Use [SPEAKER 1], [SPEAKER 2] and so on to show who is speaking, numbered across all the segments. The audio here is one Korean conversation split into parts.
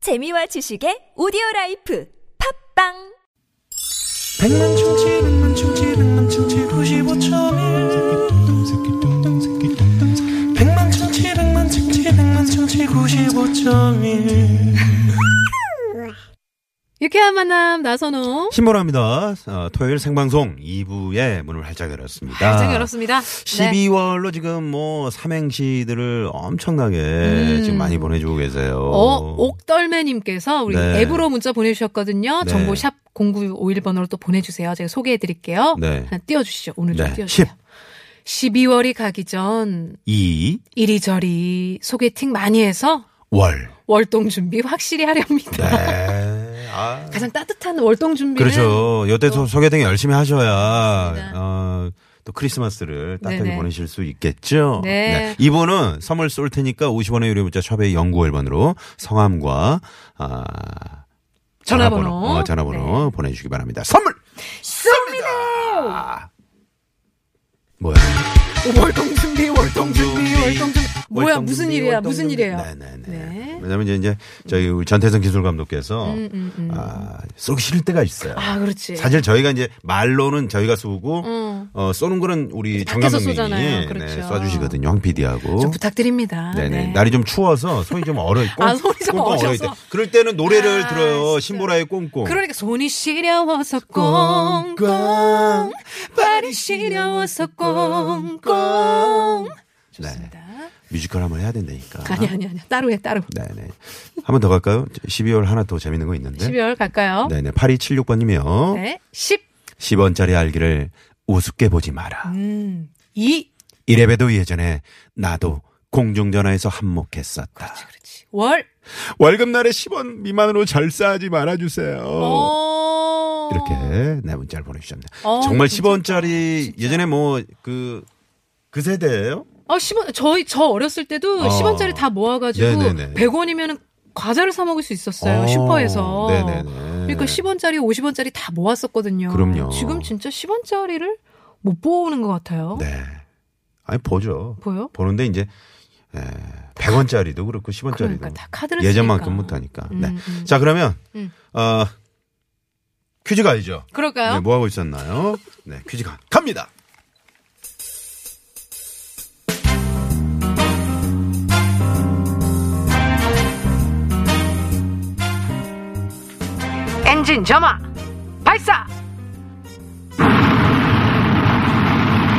[SPEAKER 1] 재미와 지식의 오디오 라이프 팝빵
[SPEAKER 2] 백만 충치 백만 충치 백만 충치 구십오점일 백만 충치 백만 충치 백만 충치 구십오점일
[SPEAKER 3] 유쾌한 만남 나선홍
[SPEAKER 4] 신보라입니다. 어, 토요일 생방송 2부의 문을 활짝 열었습니다.
[SPEAKER 3] 발장 열었습니다. 네.
[SPEAKER 4] 12월로 지금 뭐 삼행시들을 엄청나게 지금 많이 보내주고 계세요.
[SPEAKER 3] 어, 옥덜매님께서 우리
[SPEAKER 4] 네.
[SPEAKER 3] 앱으로 문자 보내주셨거든요.
[SPEAKER 4] 네.
[SPEAKER 3] 정보 샵 0951번으로 또 보내주세요. 제가 소개해드릴게요.
[SPEAKER 4] 네.
[SPEAKER 3] 하나 띄워주시죠. 오늘 좀
[SPEAKER 4] 네.
[SPEAKER 3] 띄워주세요. 12월이 가기 전
[SPEAKER 4] 2월.
[SPEAKER 3] 이리저리 소개팅 많이 해서 월동 준비 확실히 하렵니다.
[SPEAKER 4] 네. 아.
[SPEAKER 3] 가장 따뜻한 월동 준비는
[SPEAKER 4] 그렇죠. 요때 소- 소개팅 열심히 하셔야
[SPEAKER 3] 그렇습니다.
[SPEAKER 4] 어, 또 크리스마스를 따뜻하게
[SPEAKER 3] 네네.
[SPEAKER 4] 보내실 수 있겠죠.
[SPEAKER 3] 네.
[SPEAKER 4] 이분은 선물 쏠 테니까 50원의 유료 문자 샵의 영구 1번으로 성함과 아,
[SPEAKER 3] 전화번호. 네.
[SPEAKER 4] 어, 전화번호 보내주시기 바랍니다. 선물 쏩니다. 뭐야?
[SPEAKER 3] 월동 준비, 월동 준비, 월동 준비. 뭐야
[SPEAKER 4] 월동
[SPEAKER 3] 무슨
[SPEAKER 4] 준비,
[SPEAKER 3] 일이야?
[SPEAKER 4] 월동
[SPEAKER 3] 무슨
[SPEAKER 4] 준비.
[SPEAKER 3] 일이에요?
[SPEAKER 4] 네네네.
[SPEAKER 3] 네. 음,
[SPEAKER 4] 왜냐면 이제 이제 저희 우리 전태성 기술 감독께서 아, 쏘기 싫을 때가 있어요.
[SPEAKER 3] 아 그렇지.
[SPEAKER 4] 사실 저희가 이제 말로는 저희가 쏘고
[SPEAKER 3] 응.
[SPEAKER 4] 어, 쏘는 거는 우리
[SPEAKER 3] 밖에서
[SPEAKER 4] 정감독님이
[SPEAKER 3] 쏘잖아요.
[SPEAKER 4] 네,
[SPEAKER 3] 그렇죠.
[SPEAKER 4] 쏴주시거든요. 황 PD하고.
[SPEAKER 3] 좀 부탁드립니다.
[SPEAKER 4] 네네. 날이 좀 추워서 손이 좀 얼어 있고.
[SPEAKER 3] 아, 손이 좀 얼어서.
[SPEAKER 4] 그럴 때는 노래를
[SPEAKER 3] 아,
[SPEAKER 4] 들어요.
[SPEAKER 3] 진짜.
[SPEAKER 4] 신보라의 꽁꽁.
[SPEAKER 3] 그러니까 손이 시려워서 꽁꽁 발이 시려워서 꽁꽁 좋습니다.
[SPEAKER 4] 네. 뮤지컬 한번 해야 된다니까.
[SPEAKER 3] 아니 아니 아니 따로 해 따로
[SPEAKER 4] 네네. 한번 더 갈까요? 12월 하나 더 재밌는 거 있는데.
[SPEAKER 3] 12월 갈까요?
[SPEAKER 4] 네네. 8276번님이요.
[SPEAKER 3] 네. 10
[SPEAKER 4] 10원짜리 알기를 우습게 보지 마라.
[SPEAKER 3] 음. 2
[SPEAKER 4] 이래봬도 예전에 나도 공중전화에서 한몫했었다.
[SPEAKER 3] 그렇지. 월
[SPEAKER 4] 월급날에 10원 미만으로 절사하지 말아주세요.
[SPEAKER 3] 어.
[SPEAKER 4] 이렇게 네 문자를 보내주셨네요.
[SPEAKER 3] 어,
[SPEAKER 4] 정말
[SPEAKER 3] 진짜.
[SPEAKER 4] 10원짜리 예전에 뭐 그 그 세대예요?
[SPEAKER 3] 아, 10원 저희 저 어렸을 때도
[SPEAKER 4] 어.
[SPEAKER 3] 10원짜리 다 모아 가지고
[SPEAKER 4] 네네네.
[SPEAKER 3] 100원이면은 과자를 사 먹을 수 있었어요.
[SPEAKER 4] 어.
[SPEAKER 3] 슈퍼에서.
[SPEAKER 4] 네네네.
[SPEAKER 3] 그러니까 10원짜리, 50원짜리 다 모았었거든요.
[SPEAKER 4] 그럼요.
[SPEAKER 3] 지금 진짜 10원짜리를 못 보는 것 같아요.
[SPEAKER 4] 네. 아니 보죠.
[SPEAKER 3] 보여?
[SPEAKER 4] 보는데 이제 에, 100원짜리도 그렇고 10원짜리도
[SPEAKER 3] 그러니까 다 카드를
[SPEAKER 4] 예전만큼
[SPEAKER 3] 쓰니까.
[SPEAKER 4] 못하니까.
[SPEAKER 3] 음,
[SPEAKER 4] 네.
[SPEAKER 3] 음.
[SPEAKER 4] 자 그러면
[SPEAKER 3] 음.
[SPEAKER 4] 어, 퀴즈 가야죠.
[SPEAKER 3] 그럴까요?
[SPEAKER 4] 네, 뭐 하고 있었나요? 네, 퀴즈 가, 갑니다.
[SPEAKER 3] 엔진 점화 발사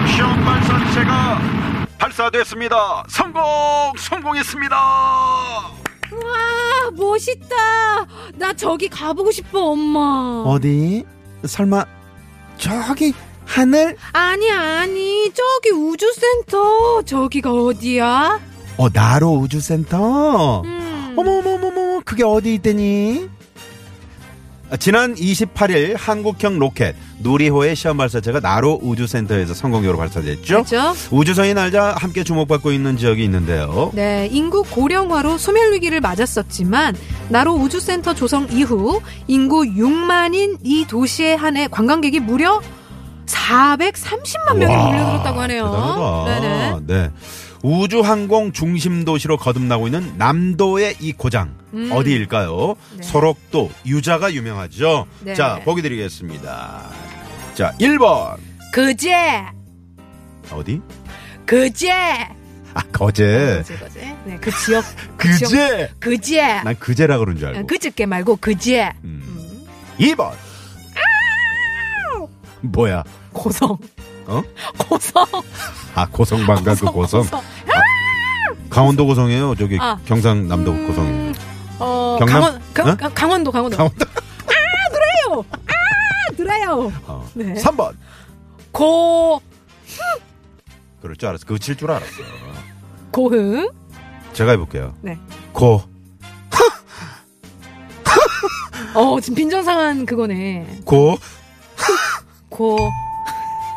[SPEAKER 4] 시험 발사체가 발사됐습니다. 성공! 성공했습니다!
[SPEAKER 3] 와 아, 멋있다 나 저기 가보고 싶어 엄마
[SPEAKER 4] 어디? 설마 저기 하늘?
[SPEAKER 3] 아니 아니 저기 우주센터 저기가 어디야
[SPEAKER 4] 어 나로 우주센터.
[SPEAKER 3] 음.
[SPEAKER 4] 어머머머머 그게 어디 있대니? 아, 지난 28일 한국형 로켓 누리호의 시험 발사체가 나로 우주센터에서 성공적으로 발사됐죠.
[SPEAKER 3] 그렇죠
[SPEAKER 4] 우주선이 날자 함께 주목받고 있는 지역이 있는데요.
[SPEAKER 3] 네, 인구 고령화로 소멸 위기를 맞았었지만 나로 우주센터 조성 이후 인구 6만인 이 도시에 한해 관광객이 무려 430만 명이
[SPEAKER 4] 와,
[SPEAKER 3] 몰려들었다고 네, 하네요. 네네.
[SPEAKER 4] 대단하다. 네. 우주 항공 중심 도시로 거듭나고 있는 남도의 이 고장
[SPEAKER 3] 음.
[SPEAKER 4] 어디일까요?
[SPEAKER 3] 네.
[SPEAKER 4] 소록도 유자가 유명하죠.
[SPEAKER 3] 네.
[SPEAKER 4] 자, 보기 드리겠습니다. 자, 1번.
[SPEAKER 3] 그제
[SPEAKER 4] 어디?
[SPEAKER 3] 그제
[SPEAKER 4] 아, 거제.
[SPEAKER 3] 그제 그제. 네, 그 지역
[SPEAKER 4] 아, 그제.
[SPEAKER 3] 그제.
[SPEAKER 4] 난 그제라 아. 그런 줄 알고.
[SPEAKER 3] 그저께 말고 그제.
[SPEAKER 4] 음.
[SPEAKER 3] 음,
[SPEAKER 4] 2번. 뭐야?
[SPEAKER 3] 고성.
[SPEAKER 4] 어?
[SPEAKER 3] 고성.
[SPEAKER 4] 아, 고성방가 그 고성. 강원도 고성이에요. 저기
[SPEAKER 3] 아.
[SPEAKER 4] 경상남도
[SPEAKER 3] 음,
[SPEAKER 4] 고성이에요.
[SPEAKER 3] 어,
[SPEAKER 4] 경남?
[SPEAKER 3] 강원 강,
[SPEAKER 4] 어?
[SPEAKER 3] 강- 강원도 강원도. 아,
[SPEAKER 4] 강원도.
[SPEAKER 3] 들어요. 아, 들어요.
[SPEAKER 4] 어.
[SPEAKER 3] 네.
[SPEAKER 4] 3번.
[SPEAKER 3] 고
[SPEAKER 4] 그럴 줄 알았어. 그거 칠 줄 알았어.
[SPEAKER 3] 고흥.
[SPEAKER 4] 제가 해볼게요.
[SPEAKER 3] 네.
[SPEAKER 4] 고.
[SPEAKER 3] 어, 지금 빈정상한 그거네.
[SPEAKER 4] 고.
[SPEAKER 3] 고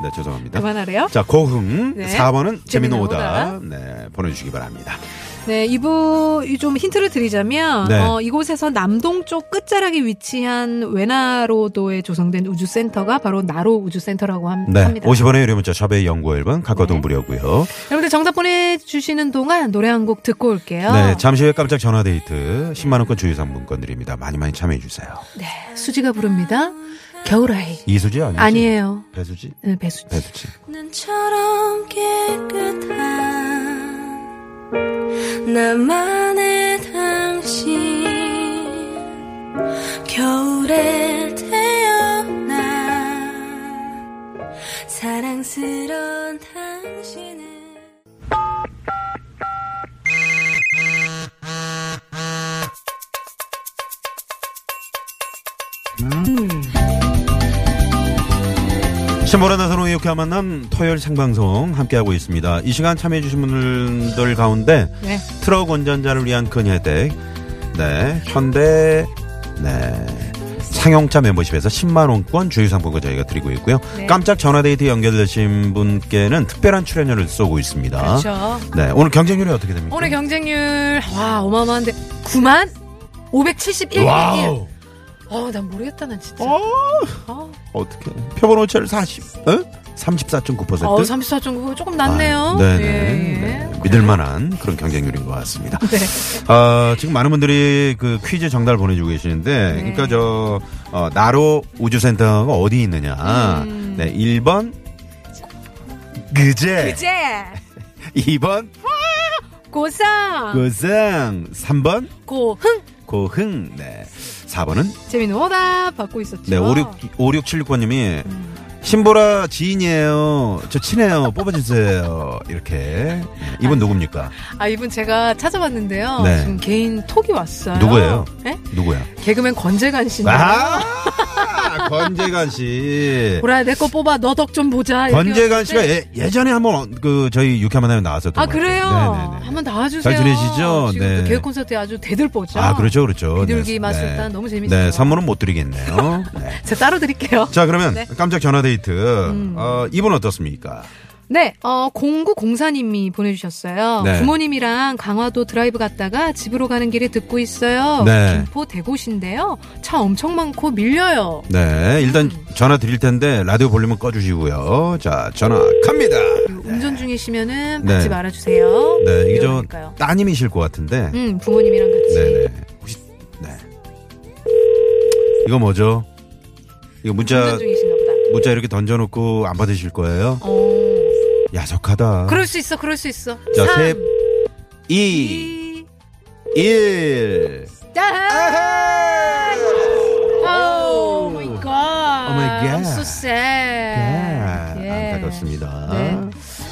[SPEAKER 4] 네, 죄송합니다.
[SPEAKER 3] 그만하래요.
[SPEAKER 4] 자, 고흥.
[SPEAKER 3] 네.
[SPEAKER 4] 사 4번은 재밌는
[SPEAKER 3] 재밌는
[SPEAKER 4] 오답.
[SPEAKER 3] 오답.
[SPEAKER 4] 네, 보내주시기 바랍니다.
[SPEAKER 3] 네, 이부 좀 힌트를 드리자면
[SPEAKER 4] 네.
[SPEAKER 3] 어, 이곳에서 남동쪽 끝자락에 위치한 외나로도에 조성된 우주센터가 바로 나로 우주센터라고 함,
[SPEAKER 4] 네.
[SPEAKER 3] 합니다.
[SPEAKER 4] 50원의 유료 문자 샵의 연구 앨범 각과동 무료고요.
[SPEAKER 3] 여러분들 정답 보내주시는 동안 노래 한 곡 듣고 올게요.
[SPEAKER 4] 네, 잠시 후에 깜짝 전화 데이트 10만 원권 주유 상품권 드립니다. 많이 많이 참여해 주세요.
[SPEAKER 3] 네, 수지가 부릅니다. 겨울아이
[SPEAKER 4] 이수지 아니지?
[SPEAKER 3] 아니에요.
[SPEAKER 4] 배수지?
[SPEAKER 3] 네, 배수지.
[SPEAKER 4] 배수지.
[SPEAKER 5] 눈처럼 깨끗한 나만의 당신 겨울에 태어난 사랑스러운 당신은
[SPEAKER 4] 신보라 나선호 이렇게 만남 토요일 생방송 함께하고 있습니다. 이 시간 참여해주신 분들 가운데
[SPEAKER 3] 네.
[SPEAKER 4] 트럭 운전자를 위한 큰 혜택, 네 현대, 네 상용차 멤버십에서 10만 원권 주유 상품권 저희가 드리고 있고요.
[SPEAKER 3] 네.
[SPEAKER 4] 깜짝 전화 데이트 연결되신 분께는 특별한 출연료를 쏘고 있습니다.
[SPEAKER 3] 그렇죠.
[SPEAKER 4] 네 오늘 경쟁률이 어떻게 됩니까?
[SPEAKER 3] 오늘 경쟁률 와 어마어마한데 9만 571.
[SPEAKER 4] 와우.
[SPEAKER 3] 어, 난 모르겠다 난 진짜.
[SPEAKER 4] 어
[SPEAKER 3] 어,
[SPEAKER 4] 어떻게 표본 오차를 40, 어? 34.9%.
[SPEAKER 3] 어 34.9 조금
[SPEAKER 4] 아,
[SPEAKER 3] 낮네요.
[SPEAKER 4] 네네.
[SPEAKER 3] 예, 예.
[SPEAKER 4] 네. 믿을만한 그런 경쟁률인 것 같습니다.
[SPEAKER 3] 네.
[SPEAKER 4] 아, 지금 많은 분들이 그 퀴즈 정답을 보내주고 계시는데,
[SPEAKER 3] 네.
[SPEAKER 4] 그러니까 저, 어, 나로 우주센터가 어디 있느냐.
[SPEAKER 3] 음.
[SPEAKER 4] 네, 1번. 그제.
[SPEAKER 3] 이제
[SPEAKER 4] 2번.
[SPEAKER 3] 고상
[SPEAKER 4] 그 고성. 3번.
[SPEAKER 3] 고흥
[SPEAKER 4] 고흥. 네. 4번은.
[SPEAKER 3] 재미는 오답 받고 있었죠.
[SPEAKER 4] 네, 56, 5676님이. 신보라 지인이에요. 저 친해요. 뽑아주세요. 이렇게. 이분 누굽니까?
[SPEAKER 3] 아 이분 제가 찾아봤는데요.
[SPEAKER 4] 네.
[SPEAKER 3] 지금 개인 톡이 왔어요.
[SPEAKER 4] 누구예요?
[SPEAKER 3] 네?
[SPEAKER 4] 누구야?
[SPEAKER 3] 개그맨 권재관 씨.
[SPEAKER 4] 아, 권재관 씨.
[SPEAKER 3] 보라야 내 거 뽑아 너 덕 좀 보자. 이렇게
[SPEAKER 4] 네. 권재관
[SPEAKER 3] 왔는데.
[SPEAKER 4] 씨가 예, 예전에 한번 그 저희 유쾌한 만남에 나왔었던
[SPEAKER 3] 아
[SPEAKER 4] 것 같아요.
[SPEAKER 3] 그래요.
[SPEAKER 4] 네네네.
[SPEAKER 3] 한번 나와주세요.
[SPEAKER 4] 잘 지내시죠?
[SPEAKER 3] 지금
[SPEAKER 4] 네.
[SPEAKER 3] 또 개그 콘서트에 아주 대들보죠.
[SPEAKER 4] 아 그렇죠 그렇죠.
[SPEAKER 3] 비둘기
[SPEAKER 4] 네,
[SPEAKER 3] 맛을
[SPEAKER 4] 네.
[SPEAKER 3] 일단 너무 재밌어요.
[SPEAKER 4] 네 선물은 못 드리겠네요. 네.
[SPEAKER 3] 제가 따로 드릴게요.
[SPEAKER 4] 자 그러면
[SPEAKER 3] 네. 음.
[SPEAKER 4] 깜짝 전화 데이트 어, 이분 어떻습니까?
[SPEAKER 3] 네, 어, 0904님이 보내주셨어요.
[SPEAKER 4] 네.
[SPEAKER 3] 부모님이랑 강화도 드라이브 갔다가 집으로 가는 길에 듣고 있어요.
[SPEAKER 4] 네.
[SPEAKER 3] 김포 대고신데요. 차 엄청 많고 밀려요.
[SPEAKER 4] 네 일단
[SPEAKER 3] 음.
[SPEAKER 4] 전화 드릴 텐데 라디오 볼륨은 꺼주시고요. 자 전화 갑니다.
[SPEAKER 3] 운전 중이시면은
[SPEAKER 4] 네.
[SPEAKER 3] 받지 말아주세요.
[SPEAKER 4] 네 이게 저
[SPEAKER 3] 그러니까요.
[SPEAKER 4] 따님이실 것 같은데.
[SPEAKER 3] 음, 부모님이랑 같이.
[SPEAKER 4] 네네 혹시 네 이거 뭐죠? 이거 문자
[SPEAKER 3] 운전 중이신가 보다.
[SPEAKER 4] 문자 이렇게 던져놓고 안 받으실 거예요?
[SPEAKER 3] 어,
[SPEAKER 4] 야속하다.
[SPEAKER 3] 그럴 수 있어, 그럴 수 있어.
[SPEAKER 4] 자,
[SPEAKER 3] 삼,
[SPEAKER 4] 셋, 2,
[SPEAKER 3] 이,
[SPEAKER 4] 1.
[SPEAKER 3] Oh my god.
[SPEAKER 4] Oh my
[SPEAKER 3] I'm
[SPEAKER 4] god.
[SPEAKER 3] so sad. 네, 예.
[SPEAKER 4] 네, 안타깝습니다.
[SPEAKER 3] 네.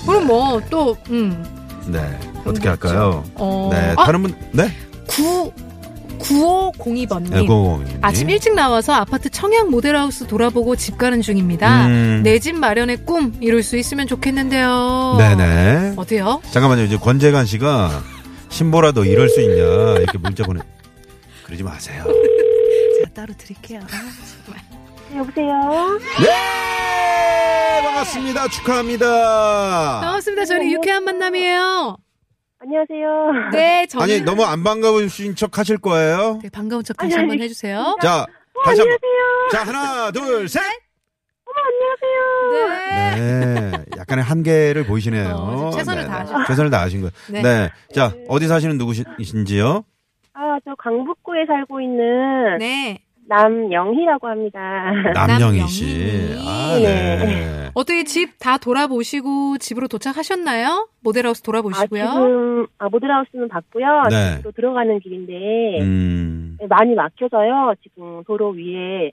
[SPEAKER 3] 그럼 뭐, 또, 음,
[SPEAKER 4] 네. 어떻게 할까요?
[SPEAKER 3] 어,
[SPEAKER 4] 네.
[SPEAKER 3] 아,
[SPEAKER 4] 다른 분, 네?
[SPEAKER 3] 9, 9502번님.
[SPEAKER 4] 네, 고고님.
[SPEAKER 3] 아침 일찍 나와서 아파트 청양 모델하우스 돌아보고 집 가는 중입니다.
[SPEAKER 4] 음.
[SPEAKER 3] 내 집 마련의 꿈 이룰 수 있으면 좋겠는데요.
[SPEAKER 4] 네네.
[SPEAKER 3] 어때요?
[SPEAKER 4] 잠깐만요. 이제 권재관 씨가 신보라도 이럴 수 있냐. 이렇게 문자 보내. 그러지 마세요.
[SPEAKER 3] 제가 따로 드릴게요.
[SPEAKER 4] 아.
[SPEAKER 6] 여보세요?
[SPEAKER 4] 네! 반갑습니다. 축하합니다.
[SPEAKER 3] 반갑습니다. 저희 유쾌한 만남이에요.
[SPEAKER 6] 안녕하세요.
[SPEAKER 3] 네, 저는
[SPEAKER 4] 아니, 너무 안 반가우신 척 하실 거예요?
[SPEAKER 3] 네, 반가운 척 다시 한번 해주세요.
[SPEAKER 4] 자,
[SPEAKER 3] 어,
[SPEAKER 4] 다시 한 번. 자, 하나, 둘, 셋!
[SPEAKER 6] 아.
[SPEAKER 3] 네.
[SPEAKER 4] 네. 약간의 한계를 보이시네요.
[SPEAKER 3] 어, 지금 최선을
[SPEAKER 4] 네,
[SPEAKER 3] 다하셨어요.
[SPEAKER 4] 최선을 다하신 거예요.
[SPEAKER 3] 네.
[SPEAKER 4] 네. 자, 어디 사시는 누구신지요?
[SPEAKER 6] 아, 저 강북구에 살고 있는
[SPEAKER 3] 네.
[SPEAKER 6] 남영희라고 합니다.
[SPEAKER 4] 남영희
[SPEAKER 3] 남영희 예.
[SPEAKER 4] 씨.
[SPEAKER 3] 님.
[SPEAKER 4] 아, 네.
[SPEAKER 3] 어떻게 집 다 돌아보시고 집으로 도착하셨나요? 모델하우스
[SPEAKER 6] 아,
[SPEAKER 3] 돌아보시고요.
[SPEAKER 6] 지금, 아, 모델하우스는 봤고요.
[SPEAKER 4] 네.
[SPEAKER 6] 지금 또 들어가는
[SPEAKER 3] 예.
[SPEAKER 6] 길인데,
[SPEAKER 4] 음.
[SPEAKER 6] 네, 많이 막혀서요. 지금 도로 위에,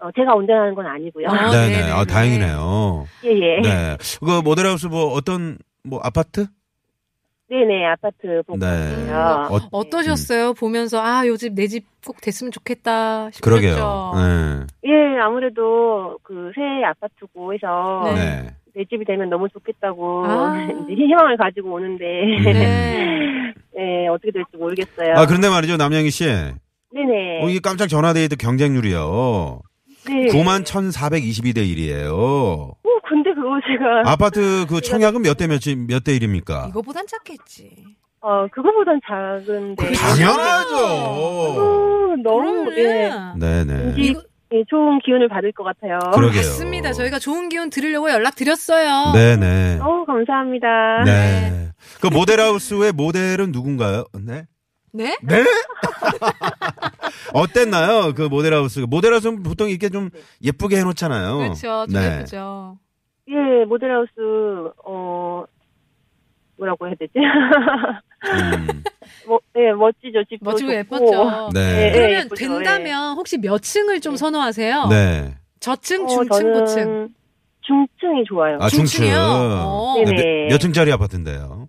[SPEAKER 6] 어, 제가 운전하는 건 아니고요.
[SPEAKER 3] 아,
[SPEAKER 4] 네네.
[SPEAKER 3] 네네네.
[SPEAKER 4] 아, 다행이네요.
[SPEAKER 6] 예, 예.
[SPEAKER 4] 네. 그 모델하우스 뭐 어떤 뭐 아파트?
[SPEAKER 6] 네. 네 아파트 보고
[SPEAKER 4] 네.
[SPEAKER 6] 있어요.
[SPEAKER 4] 어,
[SPEAKER 3] 어떠셨어요? 보면서 아, 요 집 내 집 꼭 됐으면 좋겠다 싶었죠. 그렇죠.
[SPEAKER 4] 그러게요. 네.
[SPEAKER 6] 예, 아무래도 그 새 아파트고 해서
[SPEAKER 3] 네.
[SPEAKER 4] 네.
[SPEAKER 6] 내 집이 되면 너무 좋겠다고
[SPEAKER 3] 아.
[SPEAKER 6] 이제 희망을 가지고 오는데,
[SPEAKER 4] 음.
[SPEAKER 3] 네.
[SPEAKER 6] 예, 어떻게 될지 모르겠어요.
[SPEAKER 4] 아, 그런데 말이죠. 남영희 씨.
[SPEAKER 6] 네네.
[SPEAKER 4] 어, 이 깜짝 전화데이트 경쟁률이요.
[SPEAKER 6] 네.
[SPEAKER 4] 9만 1,422대 1이에요.
[SPEAKER 6] 오, 근데 그거 제가
[SPEAKER 4] 아파트 그 청약은 몇 대 몇이 몇 대 1입니까?
[SPEAKER 3] 이거보단 작겠지.
[SPEAKER 6] 어, 그거보단 작은데.
[SPEAKER 4] 그렇죠. 당연하죠.
[SPEAKER 6] 너무, 너무,
[SPEAKER 3] 음,
[SPEAKER 6] 예.
[SPEAKER 4] 네네.
[SPEAKER 6] 왠지 예, 좋은 기운을 받을 것 같아요.
[SPEAKER 4] 그러- 그러게요.
[SPEAKER 3] 맞습니다. 저희가 좋은 기운 드리려고 연락드렸어요.
[SPEAKER 4] 네네.
[SPEAKER 6] 너무 감사합니다.
[SPEAKER 4] 네. 그 모델하우스의 모델은 누군가요? 네.
[SPEAKER 3] 네?
[SPEAKER 4] 네? 어땠나요? 그 모델하우스. 모델하우스는 보통 이렇게 좀 예쁘게 해놓잖아요.
[SPEAKER 3] 그렇죠. 좀
[SPEAKER 4] 네.
[SPEAKER 3] 예쁘죠.
[SPEAKER 6] 예, 모델하우스, 어, 뭐라고 해야 되지?
[SPEAKER 4] 음.
[SPEAKER 6] 뭐, 예, 멋지죠. 집도
[SPEAKER 3] 멋지고
[SPEAKER 6] 어, 좋고.
[SPEAKER 3] 예뻤죠.
[SPEAKER 4] 네.
[SPEAKER 6] 예,
[SPEAKER 3] 그러면
[SPEAKER 6] 예쁘죠.
[SPEAKER 3] 된다면 혹시 몇 층을 좀 선호하세요?
[SPEAKER 4] 네.
[SPEAKER 3] 저층,
[SPEAKER 6] 어,
[SPEAKER 3] 중층,
[SPEAKER 6] 저는
[SPEAKER 3] 고층.
[SPEAKER 6] 중층이 좋아요.
[SPEAKER 4] 아, 중층.
[SPEAKER 3] 중층이요? 어.
[SPEAKER 4] 네,
[SPEAKER 6] 네네.
[SPEAKER 4] 몇, 몇 층짜리 아파트인데요?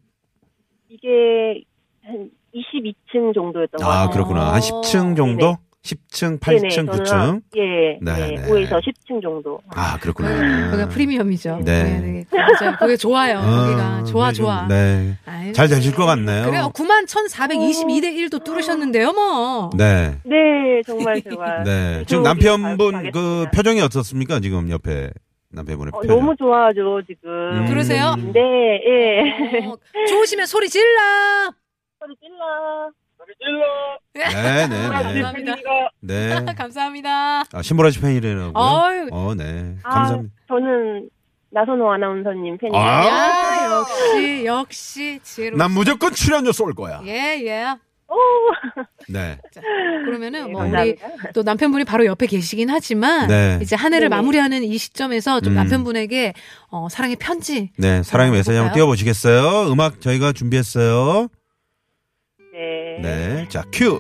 [SPEAKER 6] 이게 한 22층 정도였던 것
[SPEAKER 4] 아,
[SPEAKER 6] 같아요.
[SPEAKER 4] 그렇구나. 한 10층 정도?
[SPEAKER 6] 네네.
[SPEAKER 4] 10층,
[SPEAKER 6] 네네,
[SPEAKER 4] 8층,
[SPEAKER 6] 저는
[SPEAKER 4] 9층?
[SPEAKER 6] 한- 예,
[SPEAKER 4] 네,
[SPEAKER 6] 네,
[SPEAKER 4] 네.
[SPEAKER 6] 5에서 10층 정도.
[SPEAKER 4] 아,
[SPEAKER 3] 음,
[SPEAKER 4] 그렇구나.
[SPEAKER 3] 거기가 프리미엄이죠.
[SPEAKER 4] 네.
[SPEAKER 3] 맞아요. 그게 좋아요. 거기가. 좋아,
[SPEAKER 4] 네, 좀,
[SPEAKER 3] 좋아.
[SPEAKER 4] 네.
[SPEAKER 3] 아유.
[SPEAKER 4] 잘 되실 것 같네요.
[SPEAKER 3] 그래요. 91,422대 1도 뚫으셨는데요, 뭐.
[SPEAKER 4] 네.
[SPEAKER 6] 네, 정말 제가.
[SPEAKER 4] 네. 지금
[SPEAKER 6] 좋은
[SPEAKER 4] 남편분
[SPEAKER 6] 기억
[SPEAKER 4] 그
[SPEAKER 6] 가겠습니다.
[SPEAKER 4] 표정이 어떻습니까? 지금 옆에 남편분의
[SPEAKER 6] 어,
[SPEAKER 4] 표정.
[SPEAKER 6] 너무 좋아하죠, 지금.
[SPEAKER 4] 음.
[SPEAKER 3] 그러세요?
[SPEAKER 6] 네, 예.
[SPEAKER 3] 어, 좋으시면 소리 질러!
[SPEAKER 6] 소리 질러.
[SPEAKER 4] 네, 네, 네.
[SPEAKER 3] 감사합니다.
[SPEAKER 4] 네.
[SPEAKER 3] 감사합니다.
[SPEAKER 4] 아, 신보라 씨 팬이라고요?
[SPEAKER 3] 어유
[SPEAKER 4] 어, 네.
[SPEAKER 6] 아,
[SPEAKER 4] 감사합니다.
[SPEAKER 6] 저는 나선호 아나운서님 팬이에요.
[SPEAKER 4] 아.
[SPEAKER 3] 야, 역시, 역시, 지혜로.
[SPEAKER 4] 난 무조건 출연료 쏠 거야.
[SPEAKER 3] 예, 예.
[SPEAKER 6] 오,
[SPEAKER 4] 네.
[SPEAKER 3] 그러면은, 뭐, 우리
[SPEAKER 6] 감사합니다.
[SPEAKER 3] 또 남편분이 바로 옆에 계시긴 하지만,
[SPEAKER 4] 네.
[SPEAKER 3] 이제 한 해를
[SPEAKER 6] 네네.
[SPEAKER 3] 마무리하는 이 시점에서 좀
[SPEAKER 4] 음.
[SPEAKER 3] 남편분에게, 어, 사랑의 편지.
[SPEAKER 4] 네. 사랑의 메시지 한번
[SPEAKER 3] 볼까요?
[SPEAKER 4] 띄워보시겠어요? 음악 저희가 준비했어요.
[SPEAKER 6] 네.
[SPEAKER 4] 네. 자, 큐.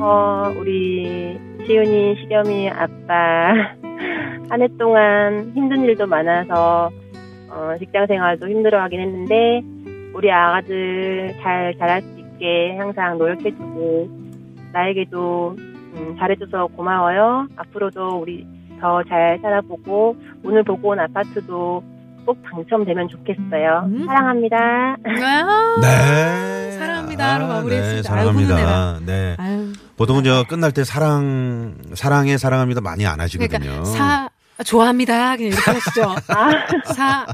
[SPEAKER 6] 어, 우리 시윤이, 시겸이, 아빠. 한 해 동안 힘든 일도 많아서, 어, 직장 생활도 힘들어 하긴 했는데, 우리 아가들 잘 자랄 수 있게 항상 노력해주고, 나에게도 음, 잘해줘서 고마워요. 앞으로도 우리 더 잘 살아보고, 오늘 보고 온 아파트도 꼭 당첨되면 좋겠어요.
[SPEAKER 3] 음.
[SPEAKER 6] 사랑합니다.
[SPEAKER 3] 아,
[SPEAKER 4] 네.
[SPEAKER 3] 사랑합니다로
[SPEAKER 4] 아,
[SPEAKER 3] 마무리했습니다.
[SPEAKER 4] 네,
[SPEAKER 3] 아유,
[SPEAKER 4] 사랑합니다. 네.
[SPEAKER 3] 아유,
[SPEAKER 4] 보통은 저 끝날 때 사랑, 사랑해, 사랑합니다 많이 안 하시거든요.
[SPEAKER 3] 그러니까, 사, 좋아합니다. 그냥 이렇게 하시죠.
[SPEAKER 6] 아,
[SPEAKER 3] 사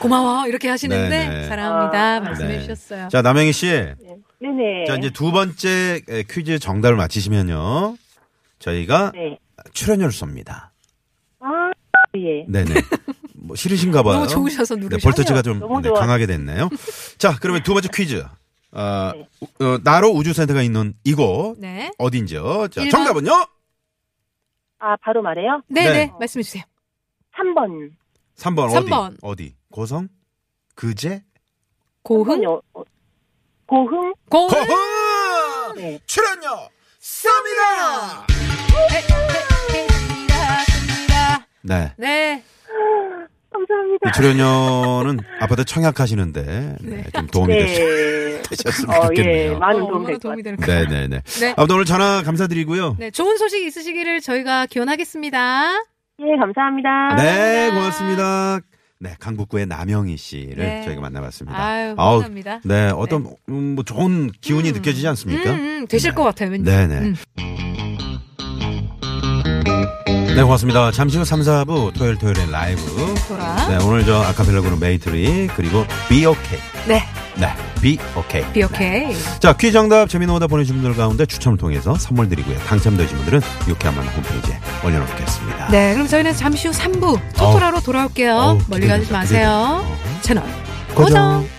[SPEAKER 3] 고마워 이렇게 하시는데
[SPEAKER 4] 네네.
[SPEAKER 3] 사랑합니다
[SPEAKER 6] 아.
[SPEAKER 3] 말씀해
[SPEAKER 4] 네.
[SPEAKER 3] 주셨어요.
[SPEAKER 4] 자, 남영희 씨.
[SPEAKER 3] 네.
[SPEAKER 6] 네네.
[SPEAKER 4] 자, 이제 두 번째 에, 퀴즈 정답을 맞히시면요. 저희가
[SPEAKER 6] 네.
[SPEAKER 4] 출연료를 쏩니다.
[SPEAKER 6] 아, 예.
[SPEAKER 4] 네네. 뭐 싫으신가 봐요.
[SPEAKER 3] 너무 좋으셔서
[SPEAKER 4] 네,
[SPEAKER 3] 누르셨네요.
[SPEAKER 4] 볼터치가 좀
[SPEAKER 6] 너무
[SPEAKER 4] 네,
[SPEAKER 6] 좋아요.
[SPEAKER 4] 강하게 됐네요. 자, 그러면 두 번째 퀴즈. 아, 우- 어, 나로 우주센터가 있는 이곳
[SPEAKER 3] 네.
[SPEAKER 4] 어딘지요? 자,
[SPEAKER 3] 일 번.
[SPEAKER 4] 정답은요?
[SPEAKER 6] 아, 바로 말해요?
[SPEAKER 3] 네네
[SPEAKER 4] 네.
[SPEAKER 3] 말씀해 주세요.
[SPEAKER 6] 3번.
[SPEAKER 4] 3번
[SPEAKER 3] 삼
[SPEAKER 4] 어디?
[SPEAKER 3] 번.
[SPEAKER 4] 어디? 고성? 그제?
[SPEAKER 3] 고흥
[SPEAKER 6] 어, 고흥?
[SPEAKER 3] 고흥
[SPEAKER 4] 고흥!
[SPEAKER 6] 네.
[SPEAKER 4] 출연료 쏩니다!
[SPEAKER 3] 고흥입니다.
[SPEAKER 4] 네.
[SPEAKER 3] 네.
[SPEAKER 6] 감사합니다.
[SPEAKER 4] 이 출연료는 아파트 청약하시는데 네, 좀 도움이 됐-
[SPEAKER 6] 네.
[SPEAKER 4] 되셨으면
[SPEAKER 6] 어,
[SPEAKER 4] 좋겠네요.
[SPEAKER 6] 예. 많은
[SPEAKER 3] 어,
[SPEAKER 6] 도움
[SPEAKER 3] 얼마나
[SPEAKER 6] 될것
[SPEAKER 3] 도움이
[SPEAKER 6] 같아요.
[SPEAKER 3] 될까? 네.
[SPEAKER 4] 네네네.
[SPEAKER 3] 네.
[SPEAKER 4] 아무튼 오늘 전화 감사드리고요.
[SPEAKER 3] 네, 좋은 소식 있으시기를 저희가 기원하겠습니다.
[SPEAKER 6] 예, 감사합니다.
[SPEAKER 4] 네, 고맙습니다. 네, 강북구의 남영희 씨를
[SPEAKER 3] 네.
[SPEAKER 4] 저희가 만나봤습니다.
[SPEAKER 3] 아유,
[SPEAKER 4] 아우,
[SPEAKER 3] 감사합니다.
[SPEAKER 4] 네, 어떤 음, 뭐 좋은 기운이 느껴지지 않습니까?
[SPEAKER 3] 음, 음, 되실
[SPEAKER 4] 네.
[SPEAKER 3] 것 같아요, 왠지.
[SPEAKER 4] 네네.
[SPEAKER 3] 음.
[SPEAKER 4] 네, 고맙습니다. 잠시 후 3, 4부 토요일 토요일엔 라이브.
[SPEAKER 3] 돌아.
[SPEAKER 4] 네, 오늘 저 아카펠라 그룹 메이트리 그리고 Be OK.
[SPEAKER 3] 네.
[SPEAKER 4] 네, Be OK.
[SPEAKER 3] 비 오케이.
[SPEAKER 4] 자, 퀴즈 정답 재미있는 오다 보내주신 분들 가운데 추첨을 통해서 선물 드리고요. 당첨되신 분들은 유쾌한 만남 홈페이지에 올려놓겠습니다.
[SPEAKER 3] 네, 그럼 저희는 잠시 후 3부 토토라로 돌아올게요.
[SPEAKER 4] 어우,
[SPEAKER 3] 멀리 가지
[SPEAKER 4] 기대된다,
[SPEAKER 3] 마세요.
[SPEAKER 4] 기대된다.
[SPEAKER 3] 채널
[SPEAKER 4] 고정.
[SPEAKER 3] 고정.